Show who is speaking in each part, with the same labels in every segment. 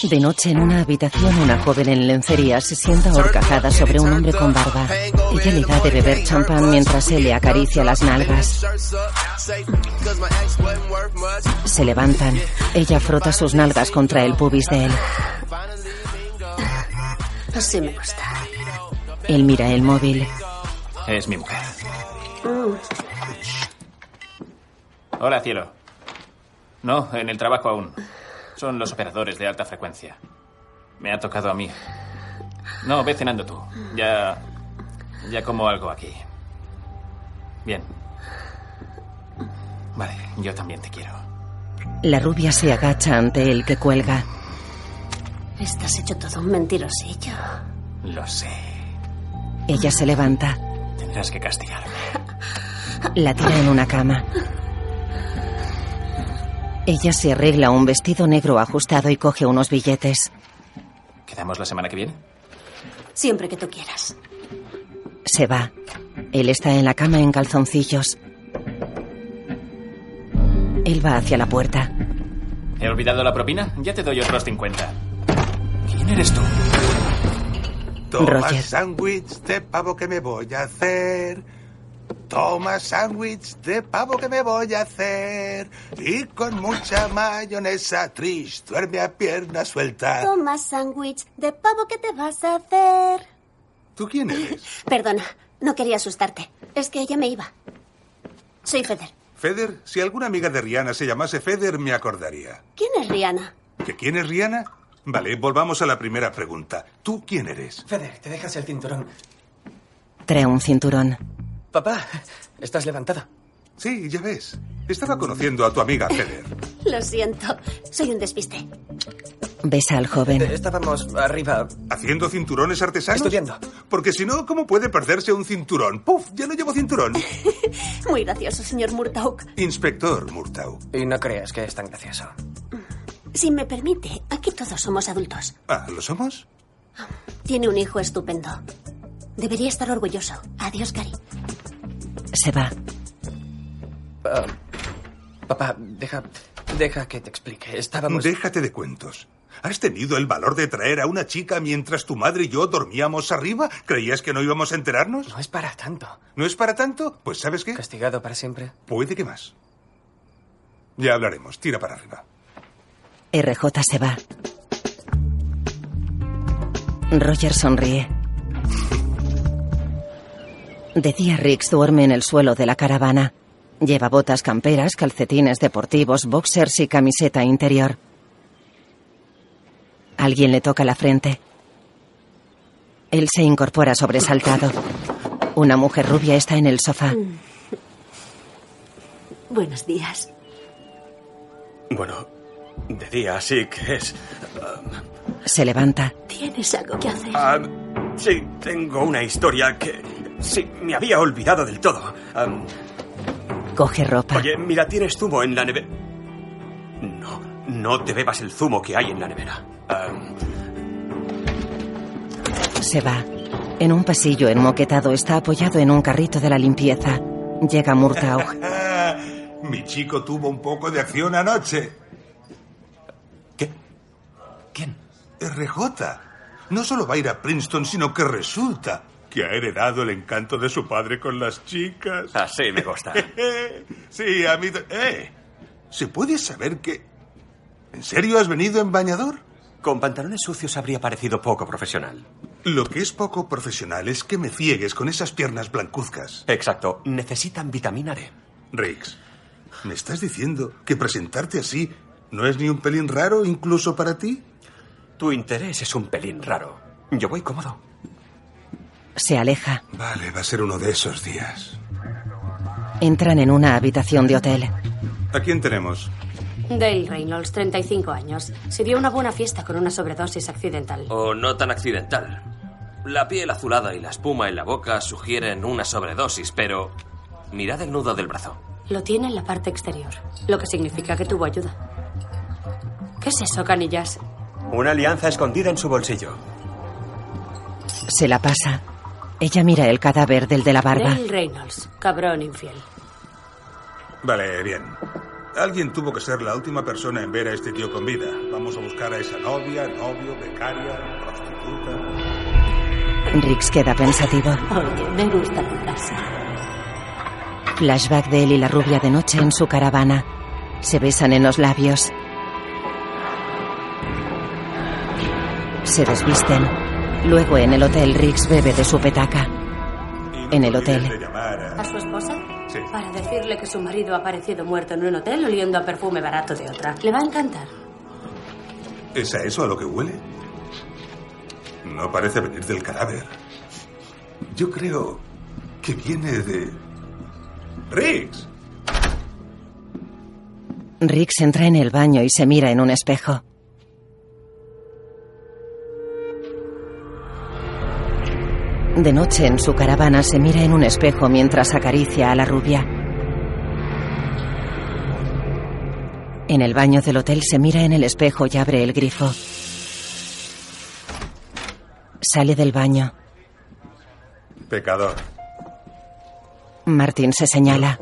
Speaker 1: De noche en una habitación, una joven en lencería se sienta horcajada sobre un hombre con barba. Ella le da de beber champán mientras él le acaricia las nalgas. Se levantan. Ella frota sus nalgas contra el pubis de él.
Speaker 2: Así me gusta.
Speaker 1: Él mira el móvil.
Speaker 3: Es mi mujer.
Speaker 2: Mm,
Speaker 3: Hola, cielo. No, en el trabajo aún. Son los operadores de alta frecuencia. Me ha tocado a mí. No, ve cenando tú. Ya. Ya como algo aquí. Bien. Vale, yo también te quiero.
Speaker 1: La rubia se agacha ante él que cuelga.
Speaker 2: Estás hecho todo un mentirosillo.
Speaker 3: Lo sé.
Speaker 1: Ella se levanta.
Speaker 3: Tendrás que castigarme.
Speaker 1: La tira en una cama. Ella se arregla un vestido negro ajustado y coge unos billetes.
Speaker 3: ¿Quedamos la semana que viene?
Speaker 2: Siempre que tú quieras.
Speaker 1: Se va. Él está en la cama en calzoncillos. Él va hacia la puerta.
Speaker 3: ¿He olvidado la propina? Ya te doy otros 50. ¿Quién eres tú?
Speaker 4: Toma
Speaker 1: Roger.
Speaker 4: sándwich de pavo que me voy a hacer. Toma sándwich de pavo que me voy a hacer. Y con mucha mayonesa, Trish, duerme a pierna suelta.
Speaker 2: Toma sándwich de pavo que te vas a hacer.
Speaker 4: ¿Tú quién eres?
Speaker 2: Perdona, no quería asustarte. Es que ella me iba. Soy Feder.
Speaker 4: Feder, si alguna amiga de Rihanna se llamase Feder, me acordaría.
Speaker 2: ¿Quién es Rihanna?
Speaker 4: ¿Que quién es Rihanna? Vale, volvamos a la primera pregunta. ¿Tú quién eres?
Speaker 5: Feder, te dejas el cinturón.
Speaker 1: Trae un cinturón.
Speaker 5: Papá, estás levantada.
Speaker 4: Sí, ya ves. Estaba conociendo a tu amiga Feder.
Speaker 2: Lo siento, soy un despiste.
Speaker 1: Besa al joven.
Speaker 5: Eh, Estábamos arriba
Speaker 4: ¿Haciendo cinturones artesanos?
Speaker 5: estudiando.
Speaker 4: Porque si no, ¿cómo puede perderse un cinturón? ¡Puf! Ya no llevo cinturón.
Speaker 2: Muy gracioso, señor Murtaugh.
Speaker 4: Inspector Murtaugh.
Speaker 5: Y no creas que es tan gracioso.
Speaker 2: Si me permite, aquí todos somos adultos.
Speaker 4: Ah, ¿lo somos?
Speaker 2: Tiene un hijo estupendo. Debería estar orgulloso. Adiós, Cari.
Speaker 1: Se va.
Speaker 5: Ah, papá, deja, deja que te explique. Estábamos.
Speaker 4: Déjate de cuentos. ¿Has tenido el valor de traer a una chica mientras tu madre y yo dormíamos arriba? ¿Creías que no íbamos a enterarnos?
Speaker 5: No es para tanto.
Speaker 4: ¿No es para tanto? Pues ¿sabes qué?
Speaker 5: Castigado para siempre.
Speaker 4: Puede que más. Ya hablaremos. Tira para arriba.
Speaker 1: RJ se va. Roger sonríe. De día Riggs duerme en el suelo de la caravana. Lleva botas camperas, calcetines deportivos, boxers y camiseta interior. Alguien le toca la frente. Él se incorpora sobresaltado. Una mujer rubia está en el sofá.
Speaker 6: Mm.
Speaker 2: Buenos días.
Speaker 7: Bueno, de día sí que es.
Speaker 1: Se levanta.
Speaker 2: ¿Tienes algo que hacer?
Speaker 7: Ah, sí, tengo una historia que. Sí, me había olvidado del todo. Ah,
Speaker 1: Coge ropa.
Speaker 7: oye, mira, tienes zumo en la nevera. No, no te bebas el zumo que hay en la nevera. Ah,
Speaker 1: Se va. En un pasillo enmoquetado está apoyado en un carrito de la limpieza. Llega Murtaugh.
Speaker 4: Ah, mi chico tuvo un poco de acción anoche.
Speaker 7: ¿Qué?
Speaker 5: ¿Quién?
Speaker 4: RJ. No solo va a ir a Princeton, sino que resulta que ha heredado el encanto de su padre con las chicas.
Speaker 7: Así me gusta.
Speaker 4: Eh, sí, a mí... ta- Eh, ¿se puede saber que... ¿En serio has venido en bañador?
Speaker 7: Con pantalones sucios habría parecido poco profesional.
Speaker 4: Lo que es poco profesional es que me ciegues con esas piernas blancuzcas.
Speaker 7: Exacto, necesitan vitamina D.
Speaker 4: Riggs, ¿me estás diciendo que presentarte así no es ni un pelín raro incluso para ti?
Speaker 7: Tu interés es un pelín raro. Yo voy cómodo.
Speaker 1: Se aleja.
Speaker 4: Vale, va a ser uno de esos días.
Speaker 1: Entran en una habitación de hotel.
Speaker 4: ¿A quién tenemos?
Speaker 8: Dale Reynolds, 35 años, se dio una buena fiesta con una sobredosis accidental.
Speaker 9: O no tan accidental. La piel azulada y la espuma en la boca sugieren una sobredosis, pero mirad el nudo del brazo.
Speaker 8: Lo tiene en la parte exterior, lo que significa que tuvo ayuda. ¿Qué es eso, canillas?
Speaker 7: Una alianza escondida en su bolsillo.
Speaker 1: Se la pasa. Ella mira el cadáver del de la barba.
Speaker 8: Dale Reynolds, cabrón infiel.
Speaker 4: Vale, bien. Alguien tuvo que ser la última persona en ver a este tío con vida. Vamos a buscar a esa novia, novio, becaria, prostituta.
Speaker 1: Riggs queda pensativo.
Speaker 8: Oye, me gusta tu casa.
Speaker 1: Flashback de él y la rubia de noche en su caravana. Se besan en los labios. Se desvisten. Luego en el hotel Riggs bebe de su petaca.
Speaker 4: Y no
Speaker 1: En el
Speaker 4: te olvides
Speaker 1: hotel.
Speaker 4: de llamar a-
Speaker 8: ¿A su esposa?
Speaker 4: Sí.
Speaker 8: Para decirle que su marido ha aparecido muerto en un hotel oliendo a perfume barato de otra. Le va a encantar.
Speaker 4: ¿Es a eso a lo que huele? No parece venir del cadáver. Yo creo que viene de... Riggs.
Speaker 1: Riggs entra en el baño y se mira en un espejo. De noche en su caravana se mira en un espejo mientras acaricia a la rubia. En el baño del hotel se mira en el espejo y abre el grifo. Sale del baño.
Speaker 4: Pecador.
Speaker 1: Martin se señala.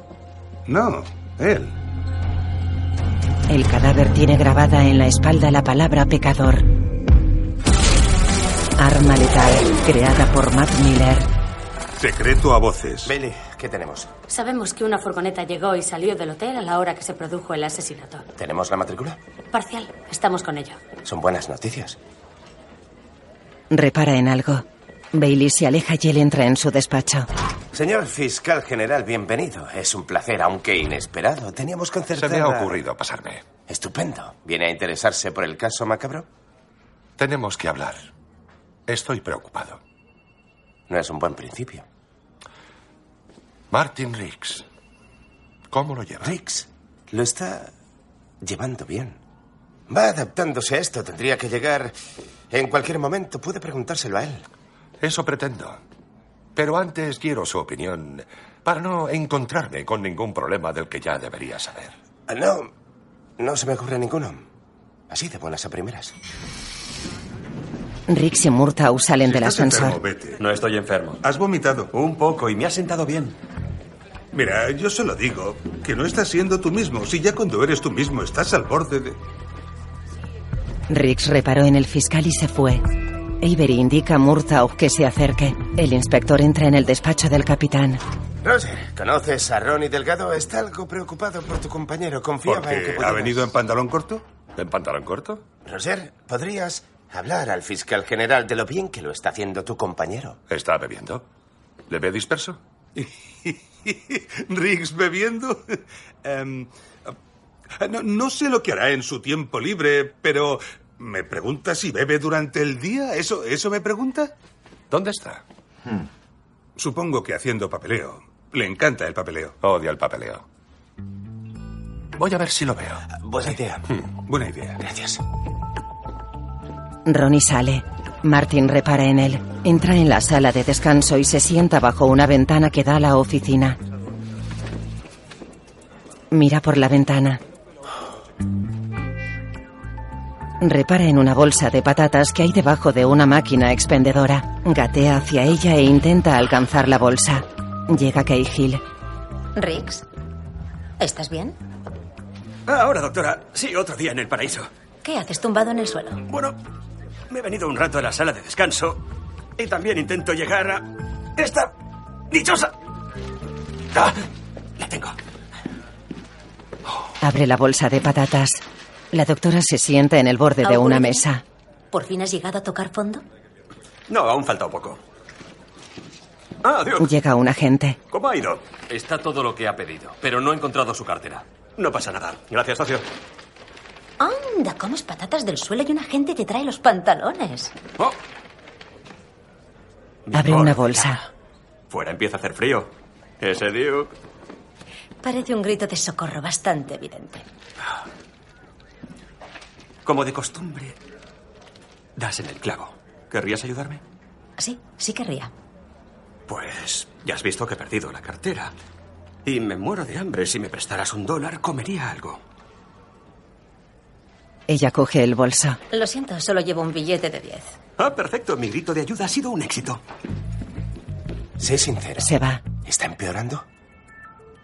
Speaker 4: No, él.
Speaker 1: El cadáver tiene grabada en la espalda la palabra pecador. Arma letal, creada por Matt Miller.
Speaker 4: Secreto a voces.
Speaker 10: Bailey, ¿qué tenemos?
Speaker 8: Sabemos que una furgoneta llegó y salió del hotel a la hora que se produjo el asesinato.
Speaker 10: ¿Tenemos la matrícula?
Speaker 8: Parcial. Estamos con ello.
Speaker 10: Son buenas noticias.
Speaker 1: Repara en algo. Bailey se aleja y él entra en su despacho.
Speaker 10: Señor fiscal general, bienvenido. Es un placer, aunque inesperado. Teníamos con
Speaker 11: Se
Speaker 10: certeza...
Speaker 11: me ha ocurrido pasarme.
Speaker 10: Estupendo. ¿Viene a interesarse por el caso macabro?
Speaker 11: Tenemos que hablar. Estoy preocupado.
Speaker 10: No es un buen principio.
Speaker 11: Martin Riggs. ¿Cómo lo lleva?
Speaker 10: Riggs lo está llevando bien. Va adaptándose a esto. Tendría que llegar en cualquier momento. Puede preguntárselo a él.
Speaker 11: Eso pretendo. Pero antes quiero su opinión para no encontrarme con ningún problema del que ya debería saber.
Speaker 10: Ah, No, no se me ocurre ninguno. Así de buenas a primeras.
Speaker 1: Riggs y Murtaugh salen del
Speaker 4: Estás enfermo,
Speaker 1: ascensor.
Speaker 4: vete.
Speaker 7: No estoy enfermo.
Speaker 4: Has vomitado.
Speaker 7: Un poco y me ha sentado bien.
Speaker 4: Mira, yo se lo digo, que no estás siendo tú mismo. Si ya cuando eres tú mismo estás al borde de...
Speaker 1: Riggs reparó en el fiscal y se fue. Avery indica a Murtaugh que se acerque. El inspector entra en el despacho del capitán.
Speaker 10: Roger, ¿conoces a Ronnie Delgado? Está algo preocupado por tu compañero. Confiaba en que
Speaker 4: Porque ha
Speaker 10: pudieras-
Speaker 4: venido en pantalón corto.
Speaker 11: ¿En pantalón corto?
Speaker 10: Roger, ¿podrías hablar al fiscal general de lo bien que lo está haciendo tu compañero?
Speaker 11: ¿Está bebiendo? ¿Le ve disperso?
Speaker 4: Riggs bebiendo. Em, no, no sé lo que hará en su tiempo libre, pero me pregunta si bebe durante el día. ¿Eso, eso me pregunta? Hmm.
Speaker 11: ¿Dónde está?
Speaker 4: Supongo que haciendo papeleo. Le encanta el papeleo.
Speaker 11: Odia el papeleo. Voy a ver si lo veo.
Speaker 10: Buena idea.
Speaker 4: Hmm. Buena idea.
Speaker 10: Gracias.
Speaker 1: Ronnie sale. Martin repara en él. Entra en la sala de descanso y se sienta bajo una ventana que da a la oficina. Mira por la ventana. Repara en una bolsa de patatas que hay debajo de una máquina expendedora. Gatea hacia ella e intenta alcanzar la bolsa. Llega Cahill.
Speaker 2: Riggs, ¿estás bien?
Speaker 7: Ah, Ahora, doctora. Sí, otro día en el paraíso.
Speaker 2: ¿Qué haces tumbado en el suelo?
Speaker 7: Bueno, me he venido un rato a la sala de descanso y también intento llegar a esta dichosa. Ah, la tengo.
Speaker 1: Abre la bolsa de patatas. La doctora se sienta en el borde de una mesa.
Speaker 2: ¿Por fin has llegado a tocar fondo?
Speaker 7: No, aún falta un poco. Ah, Dios,
Speaker 1: Llega un agente.
Speaker 7: ¿cómo ha ido?
Speaker 9: Está todo lo que ha pedido, pero no he encontrado su cartera.
Speaker 7: No pasa nada. Gracias, socio.
Speaker 2: Anda, comes patatas del suelo y una gente te trae los pantalones.
Speaker 7: Oh,
Speaker 1: Abre una bolsa.
Speaker 7: fuera empieza a hacer frío. Ese Duke.
Speaker 2: Parece un grito de socorro bastante evidente.
Speaker 7: Como de costumbre, das en el clavo. ¿Querrías ayudarme?
Speaker 2: Sí, sí querría.
Speaker 7: Pues ya has visto que he perdido la cartera. Y me muero de hambre. Si me prestaras un dólar, comería algo.
Speaker 1: Ella coge el bolso.
Speaker 2: Lo siento, solo llevo un billete de 10.
Speaker 7: Ah, perfecto. Mi grito de ayuda ha sido un éxito.
Speaker 10: Sé sincero.
Speaker 1: Se va.
Speaker 10: ¿Está empeorando?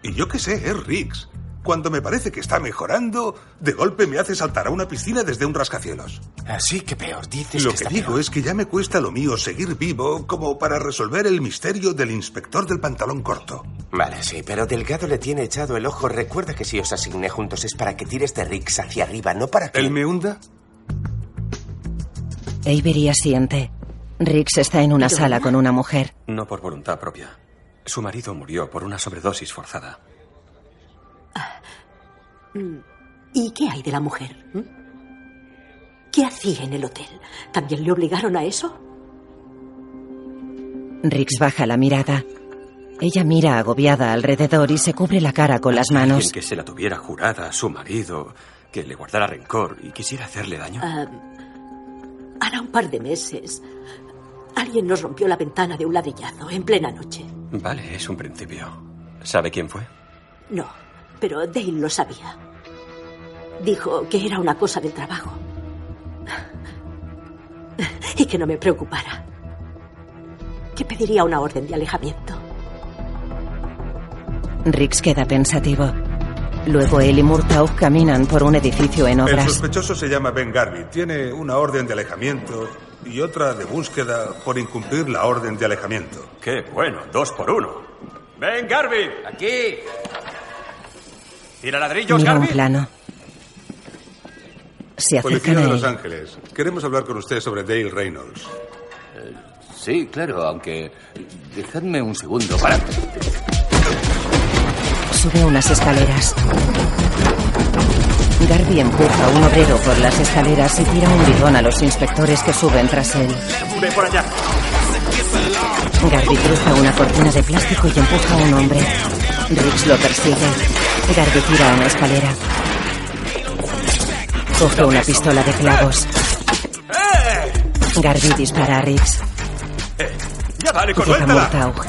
Speaker 4: Y yo qué sé, es Riggs. Cuando me parece que está mejorando, de golpe me hace saltar a una piscina desde un rascacielos.
Speaker 12: Así que peor, dices
Speaker 4: Lo
Speaker 12: que,
Speaker 4: que,
Speaker 12: está
Speaker 4: digo
Speaker 12: peor.
Speaker 4: es que ya me cuesta lo mío seguir vivo como para resolver el misterio del inspector del pantalón corto.
Speaker 10: Vale, sí, pero Delgado le tiene echado el ojo. Recuerda que si os asigné juntos es para que tires de Rix hacia arriba, no para que... ¿Él
Speaker 4: me hunda?
Speaker 1: Avery asiente. Riggs está en una sala con una mujer.
Speaker 13: No por voluntad propia. Su marido murió por una sobredosis forzada.
Speaker 6: Mm. ¿Y qué hay de la mujer? mm? ¿Qué hacía en el hotel? ¿También le obligaron a eso?
Speaker 1: Riggs baja la mirada. Ella mira agobiada alrededor y se cubre la cara con las
Speaker 13: Alguien
Speaker 1: manos.
Speaker 13: que se la tuviera jurada a su marido, que le guardara rencor y quisiera hacerle daño.
Speaker 6: Ah, hará un par de meses. Alguien nos rompió la ventana de un ladrillazo en plena noche.
Speaker 13: Vale, es un principio. ¿Sabe quién fue?
Speaker 6: No, pero Dale lo sabía. Dijo que era una cosa del trabajo. Y que no me preocupara. Que pediría una orden de alejamiento.
Speaker 1: Riggs queda pensativo. Luego él y Murtaugh caminan por un edificio en
Speaker 4: El
Speaker 1: obras.
Speaker 4: sospechoso se llama Ben Garvey. Tiene una orden de alejamiento y otra de búsqueda por incumplir la orden de alejamiento.
Speaker 13: Qué bueno, dos por uno.
Speaker 7: ¡Ven, Garvey! ¡Aquí! ¡Tira ladrillos,
Speaker 1: Mira un
Speaker 7: Garvey!
Speaker 1: plano. Se
Speaker 4: Policía
Speaker 1: acercan
Speaker 4: de
Speaker 1: a
Speaker 4: Los
Speaker 1: él.
Speaker 4: Ángeles. Queremos hablar con usted sobre Dale Reynolds.
Speaker 12: Eh, Sí, claro, aunque. Dejadme un segundo para.
Speaker 1: Sube unas escaleras. Garvey empuja a un obrero por las escaleras y tira un bidón a los inspectores que suben tras él.
Speaker 7: ¡Ve por allá!
Speaker 1: Garvey cruza una cortina de plástico y empuja a un hombre. Riggs lo persigue. Garvey tira una escalera. Coge una pistola de clavos. Garvey dispara a Riggs.
Speaker 7: ¡Ya vale, con
Speaker 1: Llega
Speaker 7: suéltala!
Speaker 1: Murtaugh.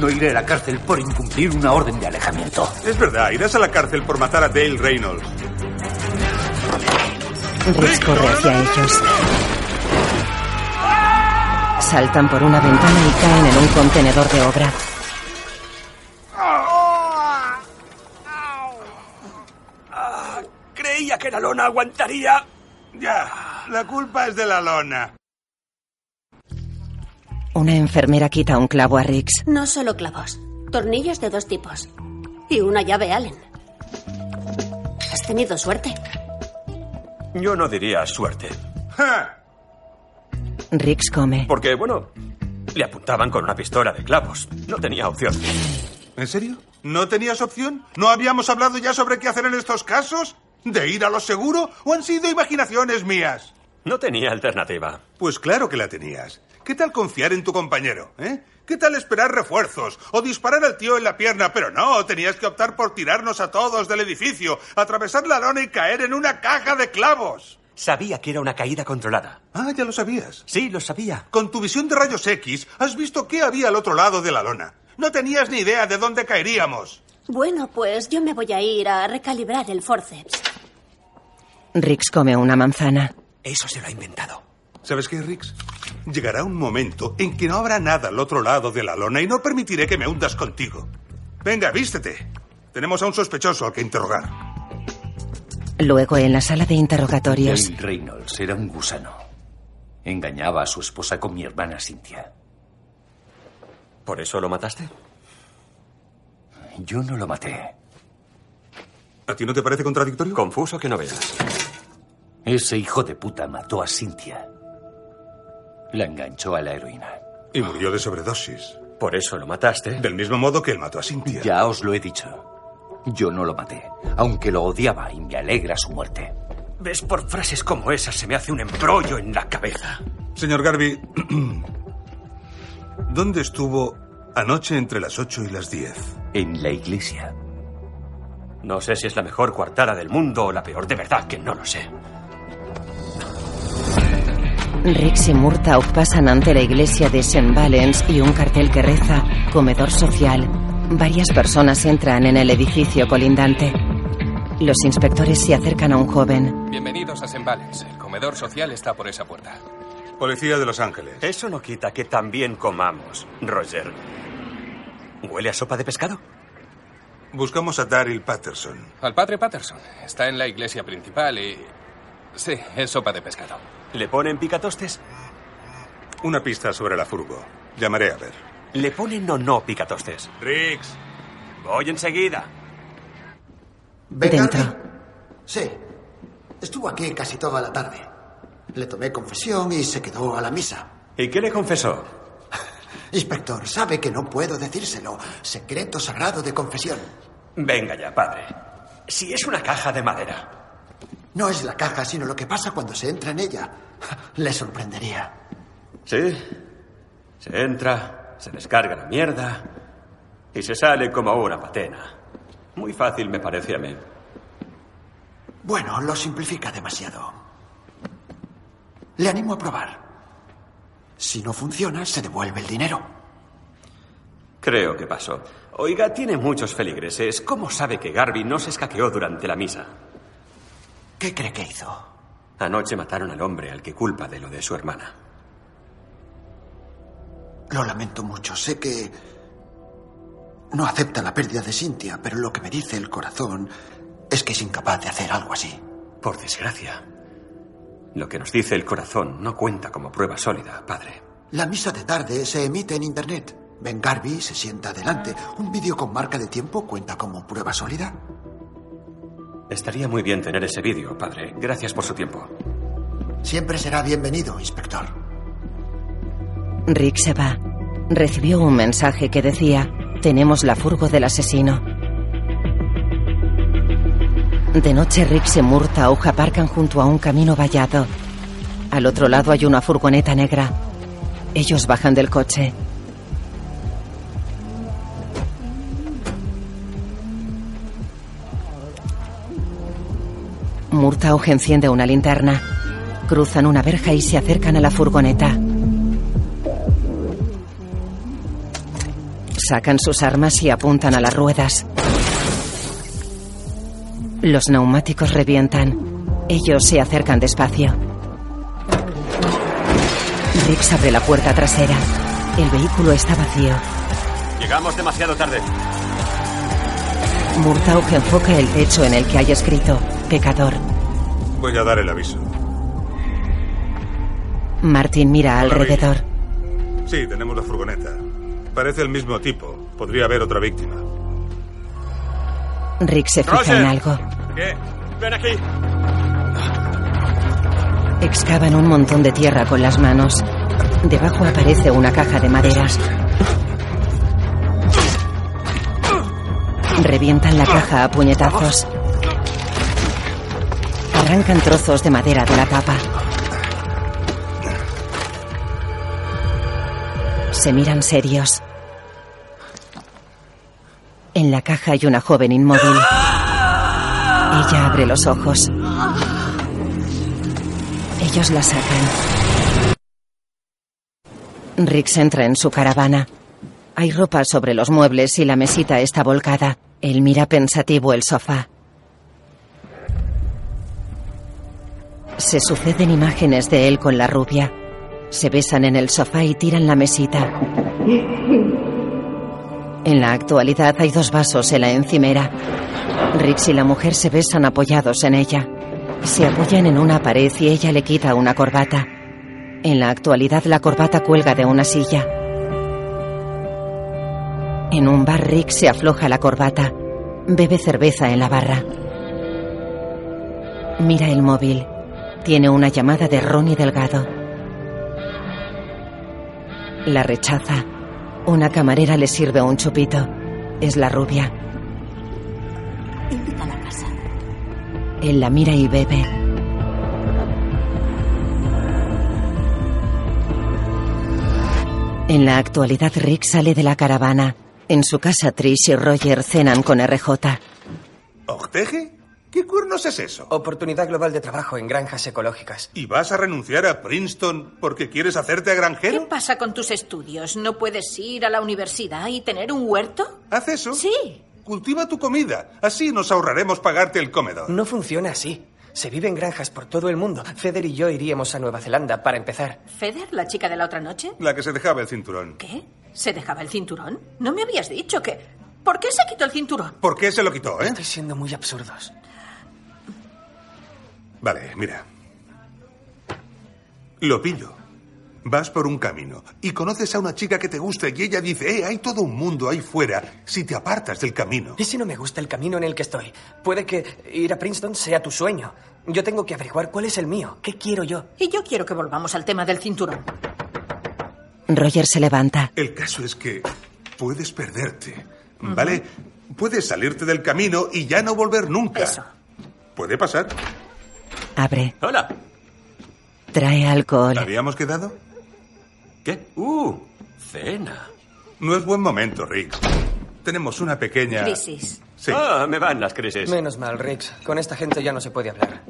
Speaker 12: No iré a la cárcel por incumplir una orden de alejamiento.
Speaker 4: Es verdad, irás a la cárcel por matar a Dale Reynolds.
Speaker 1: Riggs corre hacia ellos. Saltan por una ventana y caen en un contenedor de obra.
Speaker 7: Creía que la lona aguantaría.
Speaker 4: Ya, la culpa es de la lona.
Speaker 1: Una enfermera quita un clavo a Riggs.
Speaker 2: No solo clavos, tornillos de dos tipos. Y una llave Allen. Has tenido suerte.
Speaker 13: Yo no diría suerte.
Speaker 1: Riggs come.
Speaker 13: Porque, bueno, le apuntaban con una pistola de clavos. No tenía opción.
Speaker 4: ¿En serio? ¿No tenías opción? ¿No habíamos hablado ya sobre qué hacer en estos casos? ¿De ir a lo seguro? ¿O han sido imaginaciones mías?
Speaker 13: No tenía alternativa.
Speaker 4: Pues claro que la tenías. ¿Qué tal confiar en tu compañero? ¿Eh? ¿Qué tal esperar refuerzos? O disparar al tío en la pierna, pero no, tenías que optar por tirarnos a todos del edificio, atravesar la lona y caer en una caja de clavos.
Speaker 13: Sabía que era una caída controlada.
Speaker 4: Ah, ya lo sabías.
Speaker 13: Sí, lo sabía.
Speaker 4: Con tu visión de rayos X, has visto qué había al otro lado de la lona. No tenías ni idea de dónde caeríamos.
Speaker 2: Bueno, pues yo me voy a ir a recalibrar el forceps.
Speaker 1: Riggs come una manzana.
Speaker 13: Eso se lo ha inventado.
Speaker 4: ¿Sabes qué, Rix? Llegará un momento en que no habrá nada al otro lado de la lona y no permitiré que me hundas contigo. Venga, vístete. Tenemos a un sospechoso al que interrogar.
Speaker 1: Luego en la sala de interrogatorios.
Speaker 12: Dale Reynolds era un gusano. Engañaba a su esposa con mi hermana Cynthia.
Speaker 13: ¿Por eso lo mataste?
Speaker 12: Yo no lo maté.
Speaker 4: ¿A ti no te parece contradictorio?
Speaker 13: Confuso que no veas.
Speaker 12: Ese hijo de puta mató a Cynthia. La enganchó a la heroína.
Speaker 4: Y murió de sobredosis.
Speaker 13: Por eso lo mataste.
Speaker 4: Del mismo modo que él mató a Cynthia.
Speaker 12: Ya os lo he dicho. Yo no lo maté, aunque lo odiaba y me alegra su muerte.
Speaker 13: ¿Ves? Por frases como esas se me hace un embrollo en la cabeza.
Speaker 4: Señor Garvey, ¿dónde estuvo anoche entre las 8 y las 10?
Speaker 12: En la iglesia.
Speaker 13: No sé si es la mejor coartada del mundo o la peor, de verdad que no lo sé.
Speaker 1: Riggs y Murtaugh pasan ante la iglesia de St. Valens y un cartel que reza Comedor Social. Varias personas entran en el edificio colindante. Los inspectores se acercan a un joven.
Speaker 14: Bienvenidos a Sembales. El comedor social está por esa puerta.
Speaker 4: Policía de Los Ángeles.
Speaker 13: Eso no quita que también comamos, Roger. ¿Huele a sopa de pescado?
Speaker 4: Buscamos a Daryl Patterson.
Speaker 14: Al padre Patterson. Está en la iglesia principal y... Sí, es sopa de pescado.
Speaker 7: ¿Le ponen picatostes?
Speaker 4: Una pista sobre la furgo. Llamaré a ver.
Speaker 7: ¿Le ponen o no picatostes?
Speaker 4: Riggs.
Speaker 7: Voy enseguida.
Speaker 1: Dentro.
Speaker 15: Sí. Estuvo aquí casi toda la tarde. Le tomé confesión y se quedó a la misa.
Speaker 7: ¿Y qué le confesó?
Speaker 15: Inspector, sabe que no puedo decírselo. Secreto sagrado de confesión.
Speaker 7: Venga ya, padre. Si es una caja de madera.
Speaker 15: No es la caja, sino lo que pasa cuando se entra en ella. Le sorprendería.
Speaker 7: Sí. Se entra, se descarga la mierda y se sale como una patena. Muy fácil me parece a mí.
Speaker 15: Bueno, lo simplifica demasiado. Le animo a probar. Si no funciona, se devuelve el dinero.
Speaker 7: Creo que pasó. Oiga, tiene muchos feligreses. ¿Cómo sabe que Garvey no se escaqueó durante la misa?
Speaker 15: ¿Qué cree que hizo?
Speaker 7: Anoche mataron al hombre al que culpa de lo de su hermana.
Speaker 15: Lo lamento mucho. Sé que no acepta la pérdida de Cynthia, pero lo que me dice el corazón es que es incapaz de hacer algo así.
Speaker 7: Por desgracia. Lo que nos dice el corazón no cuenta como prueba sólida, padre.
Speaker 15: La misa de tarde se emite en Internet. Ben Garvey se sienta adelante. ¿Un vídeo con marca de tiempo cuenta como prueba sólida?
Speaker 7: Estaría muy bien tener ese vídeo, padre. Gracias por su tiempo.
Speaker 15: Siempre será bienvenido, inspector.
Speaker 1: Rick se va. Recibió un mensaje que decía, tenemos la furgo del asesino. De noche Rick se murta o aparcan junto a un camino vallado. Al otro lado hay una furgoneta negra. Ellos bajan del coche. Murtaugh enciende una linterna. Cruzan una verja y se acercan a la furgoneta. Sacan sus armas y apuntan a las ruedas. Los neumáticos revientan. Ellos se acercan despacio. Rick abre la puerta trasera. El vehículo está vacío.
Speaker 7: Llegamos demasiado tarde.
Speaker 1: Murtaugh enfoca el techo en el que hay escrito pecador.
Speaker 4: Voy a dar el aviso.
Speaker 1: Martin mira alrededor.
Speaker 4: Sí, tenemos la furgoneta. Parece el mismo tipo. Podría haber otra víctima.
Speaker 1: Rick se fija
Speaker 4: Roger.
Speaker 1: en algo.
Speaker 7: ¿Qué? Ven aquí.
Speaker 1: Excavan un montón de tierra con las manos. Debajo aparece una caja de maderas. Revientan la caja a puñetazos. Arrancan trozos de madera de la tapa. Se miran serios. En la caja hay una joven inmóvil. Ella abre los ojos. Ellos la sacan. Rick entra en su caravana. Hay ropa sobre los muebles y la mesita está volcada. Él mira pensativo el sofá. Se suceden imágenes de él con la rubia. Se besan en el sofá y tiran la mesita. En la actualidad hay dos vasos en la encimera. Rix y la mujer se besan apoyados en ella. Se apoyan en una pared y ella le quita una corbata. En la actualidad la corbata cuelga de una silla. En un bar Rick se afloja la corbata. Bebe cerveza en la barra. Mira el móvil. Tiene una llamada de Ronnie Delgado. La rechaza. Una camarera le sirve un chupito. Es la rubia.
Speaker 8: Invita a la casa.
Speaker 1: Él la mira y bebe. En la actualidad, Rick sale de la caravana. En su casa, Trish y Roger cenan con RJ.
Speaker 4: ¿Octeje? ¿Qué cuernos es eso?
Speaker 5: Oportunidad global de trabajo en granjas ecológicas.
Speaker 4: ¿Y vas a renunciar a Princeton porque quieres hacerte a granjero?
Speaker 8: ¿Qué pasa con tus estudios? ¿No puedes ir a la universidad y tener un huerto?
Speaker 4: ¿Haz eso?
Speaker 8: Sí.
Speaker 4: Cultiva tu comida. Así nos ahorraremos pagarte el comedor.
Speaker 5: No funciona así. Se vive en granjas por todo el mundo. Feder y yo iríamos a Nueva Zelanda para empezar.
Speaker 8: ¿Feder, la chica de la otra noche?
Speaker 4: La que se dejaba el cinturón.
Speaker 8: ¿Qué? ¿Se dejaba el cinturón? ¿No me habías dicho que...
Speaker 16: ¿Por qué se quitó el cinturón?
Speaker 4: ¿Por qué se lo quitó, eh?
Speaker 5: Estoy siendo muy absurdos.
Speaker 4: Vale, mira. Lo pillo. Vas por un camino y conoces a una chica que te gusta y ella dice, eh, hay todo un mundo ahí fuera si te apartas del camino.
Speaker 5: ¿Y si no me gusta el camino en el que estoy? Puede que ir a Princeton sea tu sueño. Yo tengo que averiguar cuál es el mío. ¿Qué quiero yo?
Speaker 16: Y yo quiero que volvamos al tema del cinturón.
Speaker 1: Roger se levanta.
Speaker 4: El caso es que puedes perderte, ¿vale? Puedes salirte del camino y ya no volver nunca. Puede pasar.
Speaker 1: Abre.
Speaker 4: Hola.
Speaker 1: Trae alcohol.
Speaker 4: ¿Habíamos quedado?
Speaker 7: ¿Qué?
Speaker 4: Uh, cena. No es buen momento, Riggs. Tenemos una pequeña...
Speaker 5: Crisis.
Speaker 4: Sí.
Speaker 7: Ah, me van las crisis.
Speaker 5: Menos mal, Rex. Con esta gente ya no se puede hablar.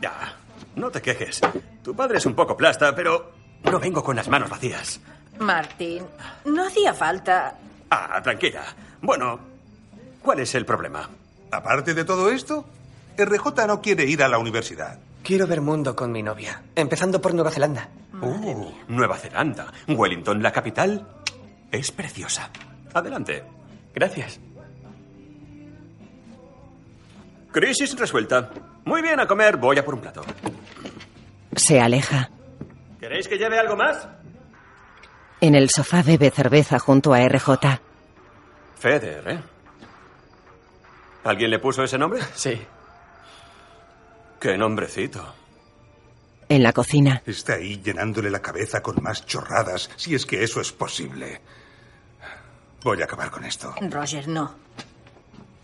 Speaker 7: Ya, no te quejes. Tu padre es un poco plasta, pero no vengo con las manos vacías.
Speaker 16: Martín, no hacía falta.
Speaker 7: Ah, tranquila. Bueno, ¿cuál es el problema?
Speaker 4: Aparte de todo esto, RJ no quiere ir a la universidad.
Speaker 5: Quiero ver mundo con mi novia. Empezando por Nueva Zelanda.
Speaker 7: Uh, Nueva Zelanda. Wellington, la capital, es preciosa. Adelante. Gracias. Crisis resuelta. Muy bien, a comer. Voy a por un plato.
Speaker 1: Se aleja.
Speaker 7: ¿Queréis que lleve algo más?
Speaker 1: En el sofá bebe cerveza junto a RJ.
Speaker 7: Feder, ¿eh? ¿Alguien le puso ese nombre?
Speaker 5: Sí.
Speaker 7: Qué nombrecito.
Speaker 1: En la cocina.
Speaker 4: Está ahí llenándole la cabeza con más chorradas, si es que eso es posible. Voy a acabar con esto.
Speaker 8: Roger, no.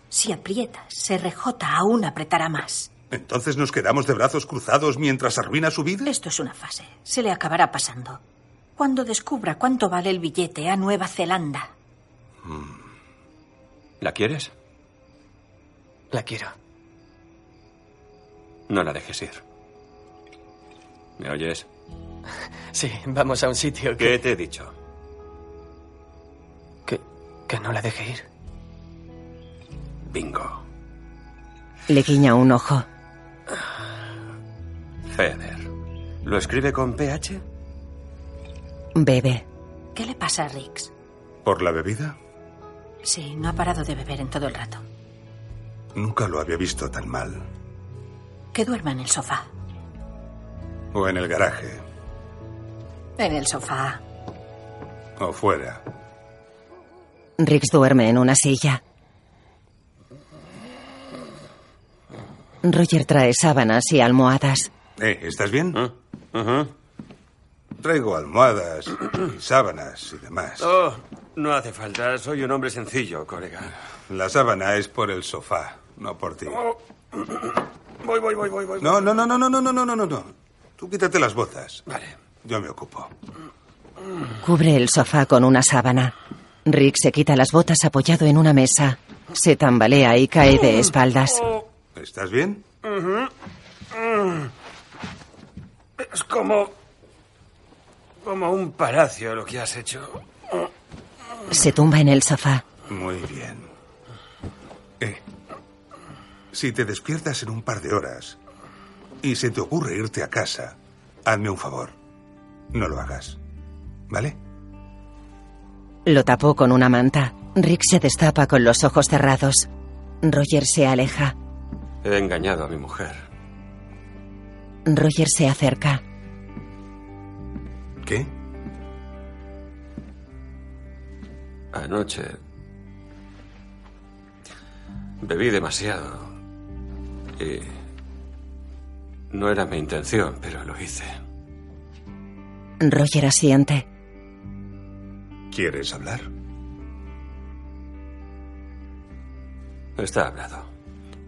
Speaker 8: Si aprietas, se rejota, aún apretará más.
Speaker 4: ¿Entonces nos quedamos de brazos cruzados mientras arruina su vida?
Speaker 8: Esto es una fase. Se le acabará pasando. Cuando descubra cuánto vale el billete a Nueva Zelanda.
Speaker 7: Mm. ¿La quieres?
Speaker 5: La quiero.
Speaker 7: No la dejes ir. ¿Me oyes?
Speaker 5: Sí, vamos a un sitio
Speaker 7: ¿Qué
Speaker 5: que...
Speaker 7: te he dicho?
Speaker 5: Que no la deje ir.
Speaker 7: Bingo.
Speaker 1: Le guiña un ojo.
Speaker 7: Feder. ¿Lo escribe con PH?
Speaker 1: Bebe.
Speaker 8: ¿Qué le pasa a Riggs?
Speaker 4: ¿Por la bebida?
Speaker 8: Sí, no ha parado de beber en todo el rato.
Speaker 4: Nunca lo había visto tan mal.
Speaker 8: Que duerma en el sofá.
Speaker 4: O en el garaje,
Speaker 8: En el sofá.
Speaker 4: o fuera.
Speaker 1: Riggs duerme en una silla. Roger trae sábanas y almohadas.
Speaker 4: Eh, ¿estás bien?
Speaker 7: Ah,
Speaker 4: Traigo almohadas, y sábanas y demás.
Speaker 7: Oh, no hace falta. Soy un hombre sencillo, colega.
Speaker 4: La sábana es por el sofá, no por ti.
Speaker 7: Voy, voy, voy, voy, voy.
Speaker 4: No, no, no, no, no, no, no, no, no, no. Tú quítate las botas. Vale. Yo me ocupo.
Speaker 1: Cubre el sofá con una sábana. Rick se quita las botas apoyado en una mesa. Se tambalea y cae de espaldas.
Speaker 4: ¿Estás bien?
Speaker 7: Ujú. Mm. Es como. como un palacio lo que has hecho.
Speaker 1: Se tumba en el sofá.
Speaker 4: Muy bien. Eh, si te despiertas en un par de horas y se te ocurre irte a casa, hazme un favor. No lo hagas. ¿Vale?
Speaker 1: Lo tapó con una manta. Rick se destapa con los ojos cerrados. Roger se aleja.
Speaker 7: He engañado a mi mujer.
Speaker 1: Roger se acerca.
Speaker 4: ¿Qué?
Speaker 7: Anoche. Bebí demasiado. Y. No era mi intención, pero lo hice.
Speaker 1: Roger asiente.
Speaker 4: ¿Quieres hablar?
Speaker 7: Está hablado.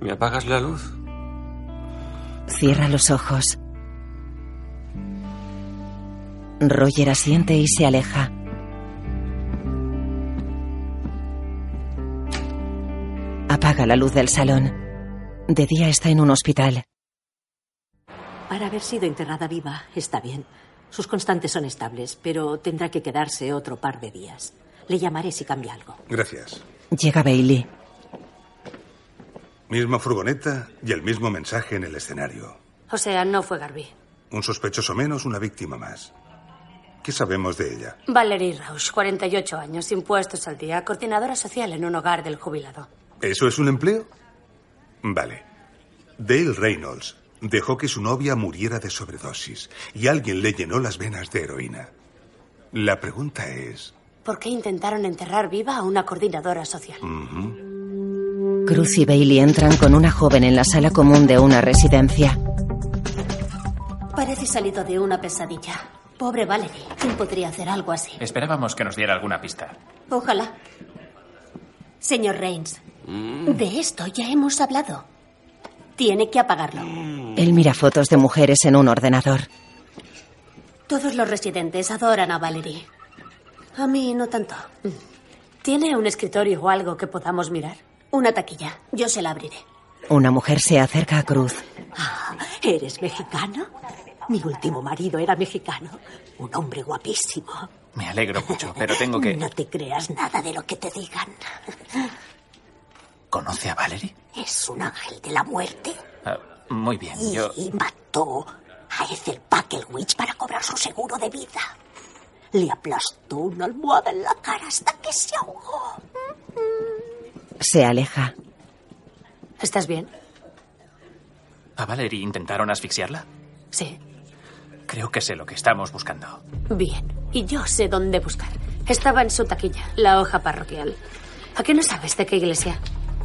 Speaker 7: ¿Me apagas la luz?
Speaker 1: Cierra los ojos. Roger asiente y se aleja. Apaga la luz del salón. De día está en un hospital.
Speaker 6: Para haber sido enterrada viva, está bien. Sus constantes son estables, pero tendrá que quedarse otro par de días. Le llamaré si cambia algo.
Speaker 4: Gracias.
Speaker 1: Llega Bailey.
Speaker 4: Misma furgoneta y el mismo mensaje en el escenario.
Speaker 17: O sea, no fue Garby.
Speaker 4: Un sospechoso menos, una víctima más. ¿Qué sabemos de ella?
Speaker 8: Valerie Rausch, 48 años, impuestos al día, coordinadora social en un hogar del jubilado.
Speaker 4: ¿Eso es un empleo? Vale. Dale Reynolds dejó que su novia muriera de sobredosis y alguien le llenó las venas de heroína. La pregunta es...
Speaker 8: ¿Por qué intentaron enterrar viva a una coordinadora social?
Speaker 4: ujú,
Speaker 1: Cruz y Bailey entran con una joven en la sala común de una residencia.
Speaker 8: Parece salido de una pesadilla. Pobre Valerie, ¿quién podría hacer algo así?
Speaker 3: Esperábamos que nos diera alguna pista.
Speaker 8: Ojalá. Señor Reigns, de esto ya hemos hablado. Tiene que apagarlo.
Speaker 1: Él mira fotos de mujeres en un ordenador.
Speaker 8: Todos los residentes adoran a Valerie. A mí no tanto. ¿Tiene un escritorio o algo que podamos mirar? Una taquilla. Yo se la abriré.
Speaker 1: Una mujer se acerca a Cruz.
Speaker 6: ¿Eres mexicano? Mi último marido era mexicano. Un hombre guapísimo.
Speaker 3: Me alegro mucho, pero tengo que...
Speaker 6: No te creas nada de lo que te digan.
Speaker 3: ¿Conoce a Valerie?
Speaker 6: Es un ángel de la muerte.
Speaker 3: Ah, muy bien,
Speaker 6: Y,
Speaker 3: yo...
Speaker 6: y mató a Ethel Packlewitch para cobrar su seguro de vida. Le aplastó una almohada en la cara hasta que se ahogó.
Speaker 1: Se aleja.
Speaker 8: ¿Estás bien?
Speaker 3: ¿A Valerie intentaron asfixiarla?
Speaker 8: Sí.
Speaker 3: Creo que sé lo que estamos buscando.
Speaker 8: Bien. Y yo sé dónde buscar. Estaba en su taquilla, la hoja parroquial. ¿A qué no sabes de qué iglesia?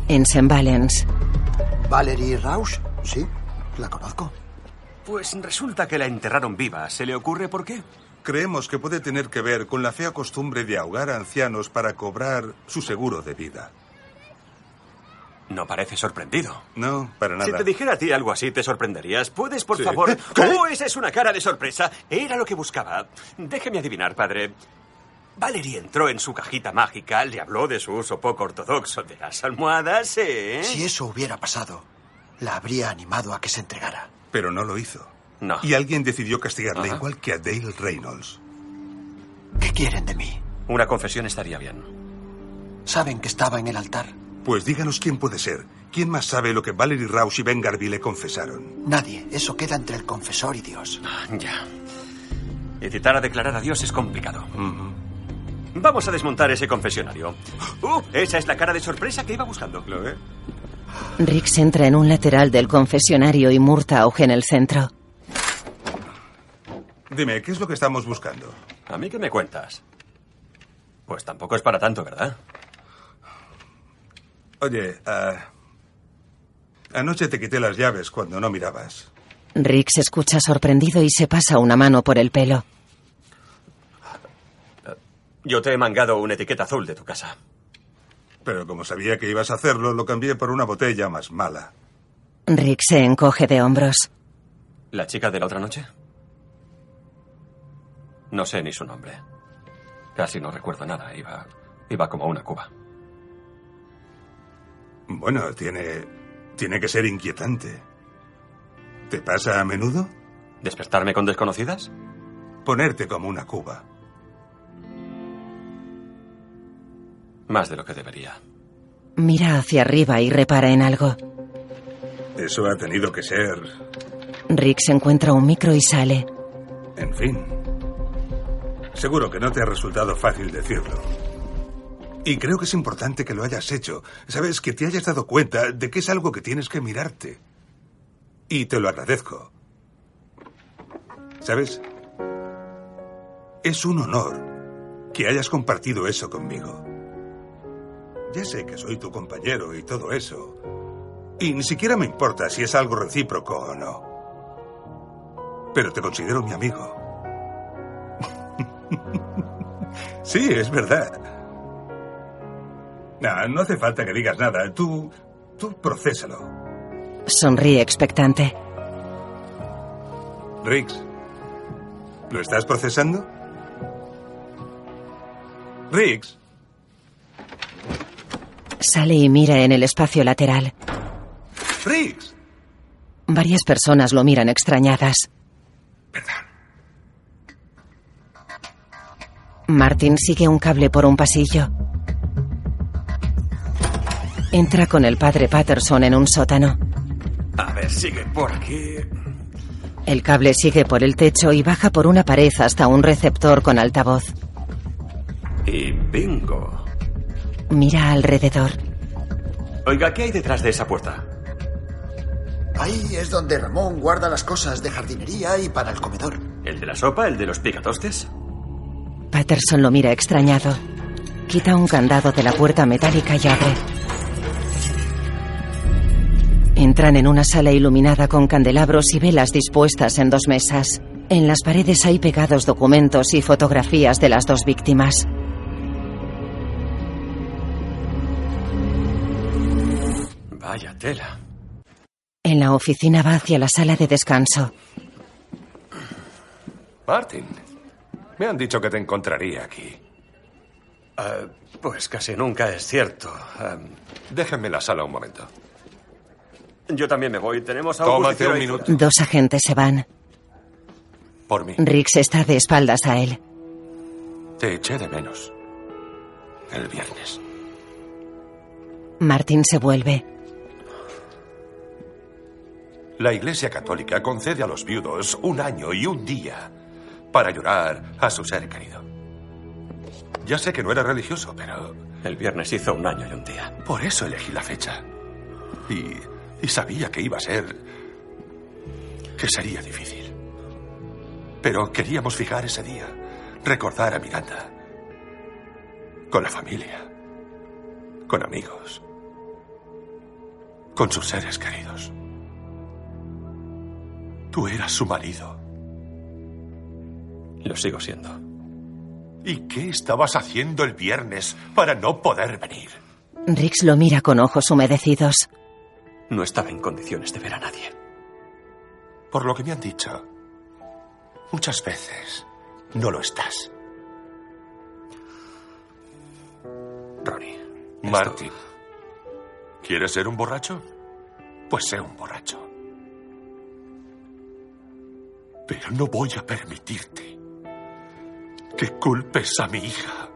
Speaker 1: En St. Valens,
Speaker 15: Valerie Rausch, sí, la conozco.
Speaker 7: Pues resulta que la enterraron viva. ¿Se le ocurre por qué?
Speaker 4: Creemos que puede tener que ver con la fea costumbre de ahogar a ancianos para cobrar su seguro de vida.
Speaker 7: No parece sorprendido.
Speaker 4: No, para
Speaker 7: Si
Speaker 4: nada.
Speaker 7: te dijera a ti algo así, te sorprenderías. ¿Puedes, por
Speaker 4: Sí.
Speaker 7: favor?
Speaker 4: ¿Qué?
Speaker 7: ¡Oh, esa es una cara de sorpresa! Era lo que buscaba. Déjeme adivinar, padre. Valerie entró en su cajita mágica, le habló de su uso poco ortodoxo de las almohadas, ¿eh?
Speaker 15: Si eso hubiera pasado, la habría animado a que se entregara.
Speaker 4: Pero no lo hizo.
Speaker 7: No.
Speaker 4: Y alguien decidió castigarla
Speaker 7: Ajá.
Speaker 4: igual que a Dale Reynolds.
Speaker 15: ¿Qué quieren de mí?
Speaker 7: Una confesión estaría bien.
Speaker 15: Saben que estaba en el altar.
Speaker 4: Pues díganos quién puede ser. ¿Quién más sabe lo que Valerie Rausch y Ben Garvey le confesaron?
Speaker 15: Nadie. Eso queda entre el confesor y Dios.
Speaker 7: Ya. Y citar a declarar a Dios es complicado. Vamos a desmontar ese confesionario. ¡Uh! Esa es la cara de sorpresa que iba buscando. Lo
Speaker 1: Rix entra en un lateral del confesionario y Murtaugh en el centro.
Speaker 4: Dime, ¿qué es lo que estamos buscando?
Speaker 7: ¿A mí qué me cuentas? Pues tampoco es para tanto, ¿verdad?
Speaker 4: Oye, ah, anoche te quité las llaves cuando no mirabas.
Speaker 1: Rix escucha sorprendido y se pasa una mano por el pelo.
Speaker 7: Yo te he mangado una etiqueta azul de tu casa.
Speaker 4: Pero como sabía que ibas a hacerlo, lo cambié por una botella más mala.
Speaker 1: Rix se encoge de hombros.
Speaker 7: ¿La chica de la otra noche? No sé ni su nombre. Casi no recuerdo nada. Iba, iba como una cuba.
Speaker 4: Bueno, tiene. tiene que ser inquietante. ¿Te pasa a menudo?
Speaker 7: ¿Despertarme con desconocidas?
Speaker 4: Ponerte como una cuba.
Speaker 7: Más de lo que debería.
Speaker 1: Mira hacia arriba y repara en algo.
Speaker 4: Eso ha tenido que ser.
Speaker 1: Rix encuentra un micro y sale.
Speaker 4: En fin. Seguro que no te ha resultado fácil decirlo. Y creo que es importante que lo hayas hecho. Sabes, que te hayas dado cuenta de que es algo que tienes que mirarte. Y te lo agradezco. ¿Sabes? Es un honor que hayas compartido eso conmigo. Ya sé que soy tu compañero y todo eso. Y ni siquiera me importa si es algo recíproco o no. Pero te considero mi amigo. Sí, es verdad. No, no hace falta que digas nada. Tú, tú procésalo.
Speaker 1: Sonríe expectante.
Speaker 4: Riggs, ¿lo estás procesando? Riggs,
Speaker 1: Sale y mira en el espacio lateral.
Speaker 4: Riggs.
Speaker 1: Varias personas lo miran extrañadas. Martin sigue un cable por un pasillo. Entra con el padre Patterson en un sótano.
Speaker 7: A ver, sigue por aquí.
Speaker 1: El cable sigue por el techo y baja por una pared hasta un receptor con altavoz.
Speaker 7: Y bingo.
Speaker 1: Mira alrededor.
Speaker 7: Oiga, ¿qué hay detrás de esa puerta?
Speaker 15: Ahí es donde Ramón guarda las cosas de jardinería y para el comedor.
Speaker 7: ¿El de la sopa? ¿El de los picatostes?
Speaker 1: Patterson lo mira extrañado. Quita un candado de la puerta metálica y abre. Entran en una sala iluminada con candelabros y velas dispuestas en dos mesas. En las paredes hay pegados documentos y fotografías de las dos víctimas.
Speaker 7: Vaya tela.
Speaker 1: En la oficina va hacia la sala de descanso.
Speaker 11: Martin, me han dicho que te encontraría aquí.
Speaker 7: Ah, pues casi nunca es cierto. Ah,
Speaker 11: Déjenme la sala un momento.
Speaker 7: yo también me voy. Tenemos a
Speaker 11: Tómate
Speaker 7: justiciero
Speaker 11: un
Speaker 7: ahí
Speaker 11: minuto.
Speaker 7: fuera.
Speaker 1: Dos agentes se van.
Speaker 11: Por mí.
Speaker 1: Riggs está de espaldas a él.
Speaker 11: Te eché de menos. El viernes.
Speaker 1: Martin se vuelve.
Speaker 11: La Iglesia Católica concede a los viudos un año y un día para llorar a su ser querido. Ya sé que no era religioso, pero...
Speaker 7: El viernes hizo un año y un día.
Speaker 11: Por eso elegí la fecha. Y, y sabía que iba a ser... que sería difícil. Pero queríamos fijar ese día, recordar a Miranda. Con la familia. Con amigos. Con sus seres queridos. Tú eras su marido.
Speaker 7: Lo sigo siendo.
Speaker 11: ¿Y qué estabas haciendo el viernes para no poder venir?
Speaker 1: Riggs lo mira con ojos humedecidos.
Speaker 7: No estaba en condiciones de ver a nadie.
Speaker 11: Por lo que me han dicho, muchas veces no lo estás.
Speaker 7: Ronnie.
Speaker 11: Martin. ¿Quieres ser un borracho? Pues sé un borracho. Pero no voy a permitirte que culpes a mi hija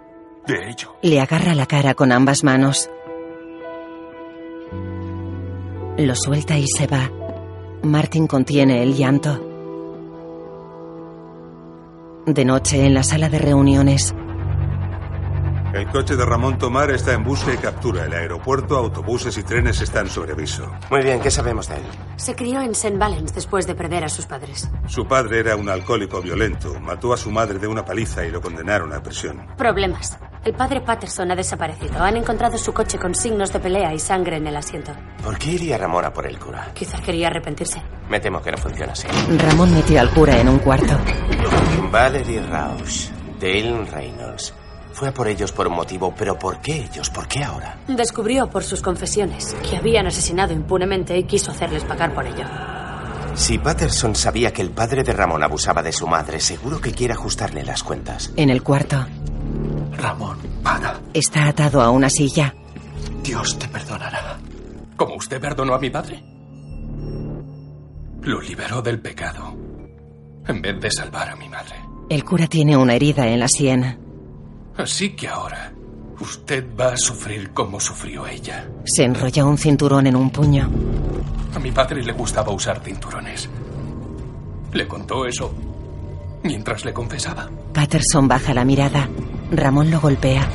Speaker 11: de ello.
Speaker 1: Le agarra la cara con ambas manos. Lo suelta y se va. Martin contiene el llanto. De noche en la sala de reuniones,
Speaker 17: El coche de Ramón Tomar está en busca y captura. El aeropuerto, autobuses y trenes están sobre aviso.
Speaker 10: Muy bien, ¿qué sabemos de él?
Speaker 8: Se crió en St. Valens después de perder a sus padres.
Speaker 17: Su padre era un alcohólico violento. Mató a su madre de una paliza y lo condenaron a prisión.
Speaker 8: Problemas. El padre Patterson ha desaparecido. Han encontrado su coche con signos de pelea y sangre en el asiento.
Speaker 10: ¿Por qué iría Ramón a por el cura?
Speaker 8: Quizás quería arrepentirse.
Speaker 10: Me temo que no funciona así.
Speaker 1: Ramón mete al cura en un cuarto.
Speaker 10: Valerie Rausch, Dale Reynolds. Fue a por ellos por un motivo, pero ¿por qué ellos? ¿Por qué ahora?
Speaker 8: Descubrió por sus confesiones que habían asesinado impunemente y quiso hacerles pagar por ello.
Speaker 10: Si Patterson sabía que el padre de Ramón abusaba de su madre, seguro que quiere ajustarle las cuentas.
Speaker 1: En el cuarto,
Speaker 10: Ramón,
Speaker 1: está atado a una silla.
Speaker 18: Dios te perdonará. Como usted perdonó a mi padre. Lo liberó del pecado. En vez de salvar a mi madre.
Speaker 1: El cura tiene una herida en la sien.
Speaker 18: Así que ahora, usted va a sufrir como sufrió ella.
Speaker 1: Se enrolla un cinturón en un puño.
Speaker 18: A mi padre le gustaba usar cinturones. Le contó eso mientras le confesaba.
Speaker 1: Patterson baja la mirada. Ramón lo golpea.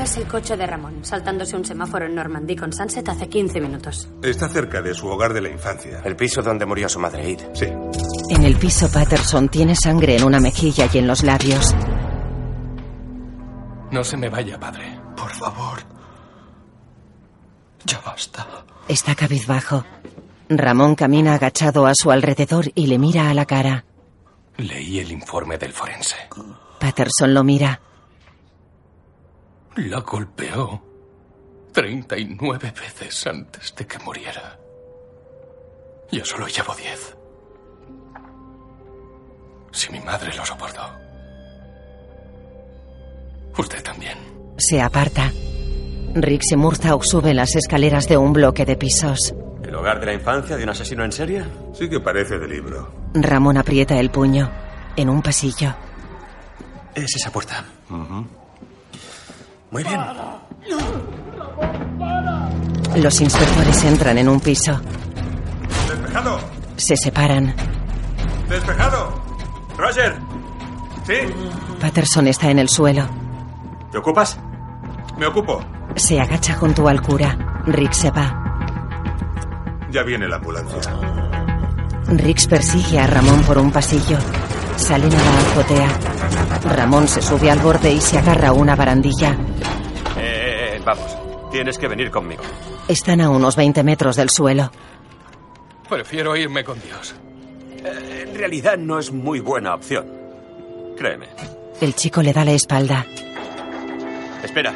Speaker 8: Es el coche de Ramón, saltándose un semáforo en Normandía con Sunset hace 15 minutos.
Speaker 17: Está cerca de su hogar de la infancia.
Speaker 10: El piso donde murió su madre, Id.
Speaker 17: Sí.
Speaker 1: En el piso, Patterson tiene sangre en una mejilla y en los labios.
Speaker 18: No se me vaya, padre.
Speaker 1: Por favor.
Speaker 18: Ya basta.
Speaker 1: Está cabizbajo. Ramón camina agachado a su alrededor y le mira a la cara.
Speaker 18: Leí el informe del forense.
Speaker 1: Patterson lo mira.
Speaker 18: La golpeó 39 veces antes de que muriera. Yo solo llevo 10. Si mi madre lo soportó. Usted también.
Speaker 1: Se aparta. Riggs y Murtaugh suben las escaleras de un bloque de pisos.
Speaker 7: ¿El hogar de la infancia de un asesino en serie?
Speaker 17: Sí que parece de libro.
Speaker 1: Ramón aprieta el puño. En un pasillo.
Speaker 7: Es esa puerta. Muy bien. Eh,
Speaker 1: Los inspectores entran en un piso.
Speaker 17: ¡Despejado!
Speaker 1: Se separan.
Speaker 4: ¡Despejado!
Speaker 7: ¡Roger!
Speaker 4: ¿Sí?
Speaker 1: Patterson está en el suelo.
Speaker 7: ¿Te ocupas?
Speaker 4: Me ocupo.
Speaker 1: Se agacha junto al cura. Rick se va.
Speaker 4: Ya viene la ambulancia.
Speaker 1: Rix persigue a Ramón por un pasillo. Salen a la azotea. Ramón se sube al borde y se agarra a una barandilla.
Speaker 7: Eh, eh, eh, vamos. Tienes que venir conmigo.
Speaker 1: Están a unos 20 metros del suelo.
Speaker 19: Prefiero irme con Dios.
Speaker 7: Eh, en realidad no es muy buena opción. Créeme.
Speaker 1: El chico le da la espalda.
Speaker 7: Espera.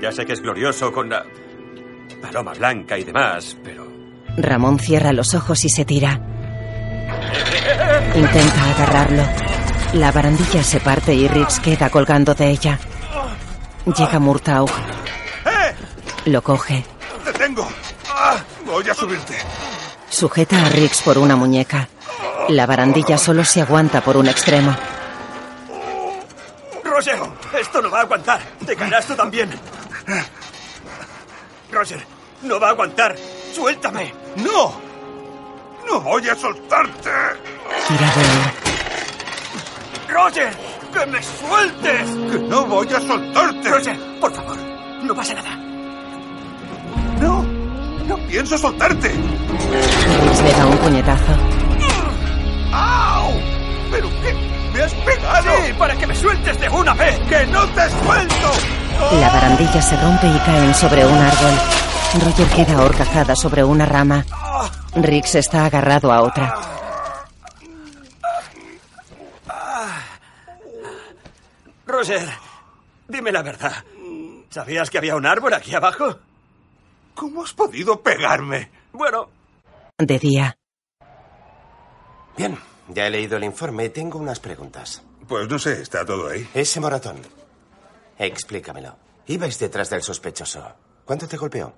Speaker 7: Ya sé que es glorioso con la paloma blanca y demás, pero...
Speaker 1: Ramón cierra los ojos y se tira. Intenta agarrarlo. La barandilla se parte y Riggs queda colgando de ella. Llega Murtaugh. Lo coge.
Speaker 4: ¡Te tengo! Ah, Voy a subirte.
Speaker 1: Sujeta a Riggs por una muñeca. La barandilla solo se aguanta por un extremo.
Speaker 7: Roger, esto no va a aguantar. Te caerás tú también. Roger, no va a aguantar. Suéltame.
Speaker 4: ¡No! ¡No voy a soltarte!
Speaker 1: Tira de él.
Speaker 7: Roger, que me sueltes.
Speaker 4: ¡Que no voy a soltarte!
Speaker 7: Roger, por favor, no pasa nada.
Speaker 4: ¡No! ¡No pienso soltarte!
Speaker 1: Riggs le da un puñetazo.
Speaker 4: ¡Au! ¿Pero qué? ¡Me has pegado!
Speaker 7: Sí, para que me sueltes de una vez.
Speaker 4: ¡Que no te suelto!
Speaker 1: La barandilla se rompe y caen sobre un árbol. Roger queda horcajada sobre una rama. Riggs está agarrado a otra.
Speaker 7: Roger, dime la verdad. ¿Sabías que había un árbol aquí abajo?
Speaker 4: ¿Cómo has podido pegarme?
Speaker 7: Bueno,
Speaker 1: De día,
Speaker 10: Bien, ya he leído el informe y tengo unas preguntas.
Speaker 4: Pues no sé, está todo ahí.
Speaker 10: Ese moratón. Explícamelo. Ibais detrás del sospechoso. ¿Cuánto te golpeó?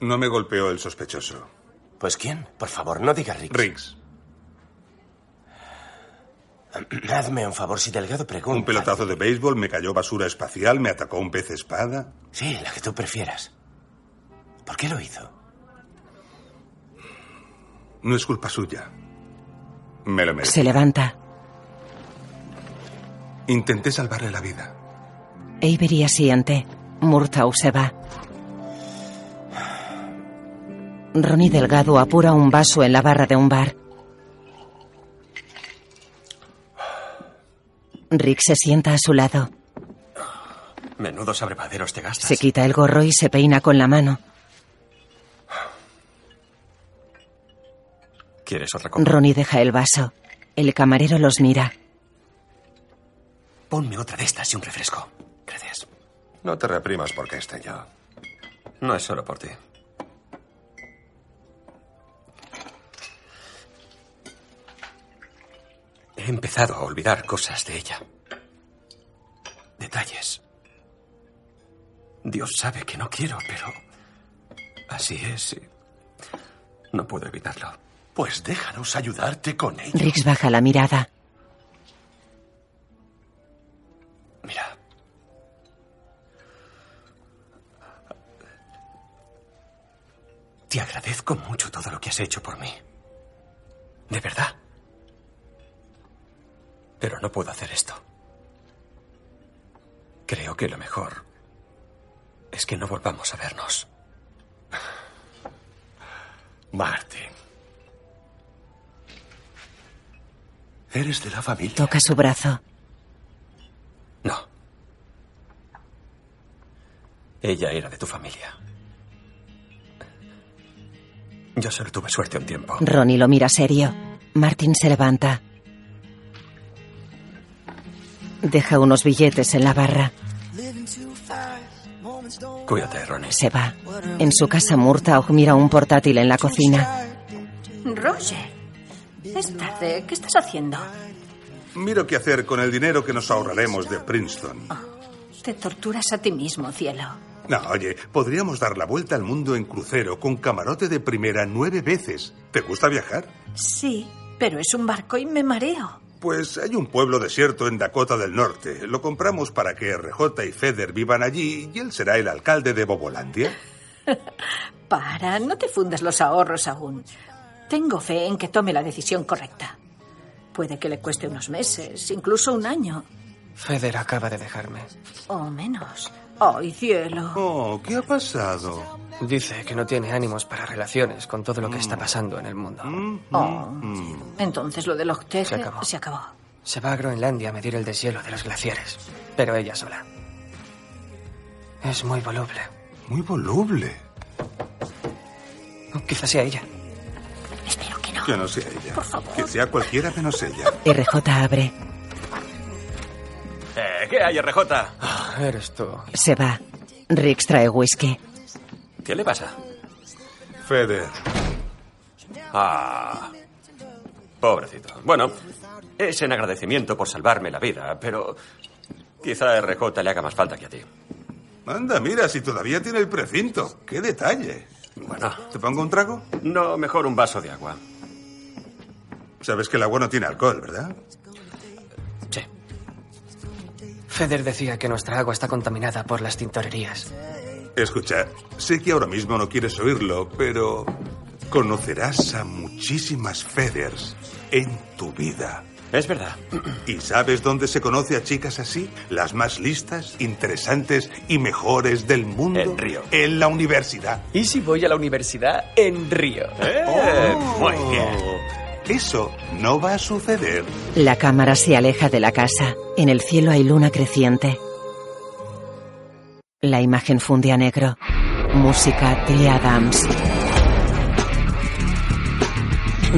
Speaker 4: No me golpeó el sospechoso.
Speaker 10: Pues quién? Por favor, no digas Rick.
Speaker 4: Riggs,
Speaker 10: Hazme un favor, si Delgado pregunta.
Speaker 4: un pelotazo de béisbol, me cayó basura espacial, me atacó un pez espada.
Speaker 10: Sí, la que tú prefieras. ¿Por qué lo hizo?
Speaker 4: No es culpa suya. Me lo merezco.
Speaker 1: se levanta.
Speaker 4: Intenté salvarle la vida.
Speaker 1: Avery asiente. Murtaugh se va. Ronnie Delgado apura un vaso en la barra de un bar. Rick se sienta a su lado.
Speaker 7: menudos abrevaderos te gastas.
Speaker 1: Se quita el gorro y se peina con la mano.
Speaker 7: ¿Quieres otra copa?
Speaker 1: Ronnie deja el vaso. El camarero los mira.
Speaker 7: Ponme otra de estas y un refresco. Gracias.
Speaker 10: No te reprimas porque esté yo.
Speaker 7: No es solo por ti. He empezado a olvidar cosas de ella. Detalles. Dios sabe que no quiero, pero... Así es. y No puedo evitarlo.
Speaker 18: Pues déjanos ayudarte con ello.
Speaker 1: Rix baja la mirada.
Speaker 7: Mira. Te agradezco mucho todo lo que has hecho por mí. De verdad. Pero no puedo hacer esto. Creo que lo mejor es que no volvamos a vernos.
Speaker 18: Martin. Eres de la familia.
Speaker 1: Toca su brazo.
Speaker 7: No. Ella era de tu familia. Yo solo tuve suerte un tiempo.
Speaker 1: Ronnie lo mira serio. Martin se levanta. Deja unos billetes en la barra.
Speaker 7: Cuídate, Ronnie.
Speaker 1: Se va. En su casa, Murtaugh mira un portátil en la cocina.
Speaker 16: Roger, es tarde. ¿Qué estás haciendo?
Speaker 4: Miro qué hacer con el dinero que nos ahorraremos de Princeton.
Speaker 16: Te torturas a ti mismo, cielo.
Speaker 4: No, oye, podríamos dar la vuelta al mundo en crucero con camarote de primera nueve veces. ¿Te gusta viajar?
Speaker 16: Sí, pero es un barco y me mareo.
Speaker 4: Pues hay un pueblo desierto en Dakota del Norte. Lo compramos para que RJ y Feder vivan allí y él será el alcalde de Bobolandia.
Speaker 16: Para, no te fundas los ahorros aún. Tengo fe en que tome la decisión correcta. Puede que le cueste unos meses, incluso un año,
Speaker 5: Feder acaba de dejarme.
Speaker 16: o menos. ¡Ay, cielo!
Speaker 4: Oh, ¿qué ha pasado?
Speaker 5: Dice que no tiene ánimos para relaciones con todo lo que está pasando en el mundo.
Speaker 16: Oh.
Speaker 4: Mm.
Speaker 16: Entonces lo del octeje
Speaker 5: Se acabó.
Speaker 16: Se acabó.
Speaker 5: Se va a Groenlandia a medir el deshielo de los glaciares, pero ella sola. Es muy voluble.
Speaker 4: Muy voluble.
Speaker 5: Quizás sea ella.
Speaker 4: Que no sea ella. Que sea cualquiera menos ella.
Speaker 1: RJ abre.
Speaker 7: Eh, ¿Qué hay, RJ?
Speaker 5: Eres tú.
Speaker 1: Se va. Rick trae whisky.
Speaker 7: ¿Qué le pasa?
Speaker 4: Feder.
Speaker 7: Ah. Pobrecito. Bueno, es en agradecimiento por salvarme la vida, pero quizá RJ le haga más falta que a ti.
Speaker 4: Anda, mira, si todavía tiene el precinto. ¡Qué detalle!
Speaker 7: Bueno.
Speaker 4: ¿Te pongo un trago?
Speaker 7: No, mejor un vaso de agua.
Speaker 4: Sabes que el agua no tiene alcohol, ¿verdad?
Speaker 5: Feder decía que nuestra agua está contaminada por las tintorerías.
Speaker 4: Escucha, sé que ahora mismo no quieres oírlo, pero conocerás a muchísimas Feders en tu vida.
Speaker 7: Es verdad.
Speaker 4: ¿Y sabes dónde se conoce a chicas así? Las más listas, interesantes y mejores del mundo. En Río. En la universidad.
Speaker 5: ¿Y si voy a la universidad en Río?
Speaker 7: Eh, muy bien.
Speaker 4: Oh. Eso no va a suceder.
Speaker 1: La cámara se aleja de la casa. En el cielo hay luna creciente. La imagen funde a negro. Música de Adams.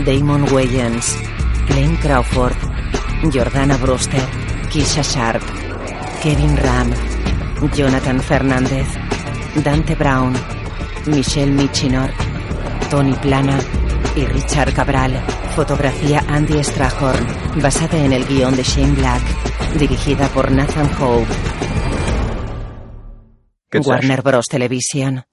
Speaker 1: Damon Wayans. Glenn Crawford. Jordana Brewster. Keisha Sharp. Kevin Ram. Jonathan Fernández. Dante Brown. Michelle Michinor. Tony Plana. Y Richard Cabral. Fotografía Andy Strahorn. Basada en el guión de Shane Black. Dirigida por Nathan Hope.
Speaker 20: ¿Qué tal?
Speaker 1: Warner Bros. Television.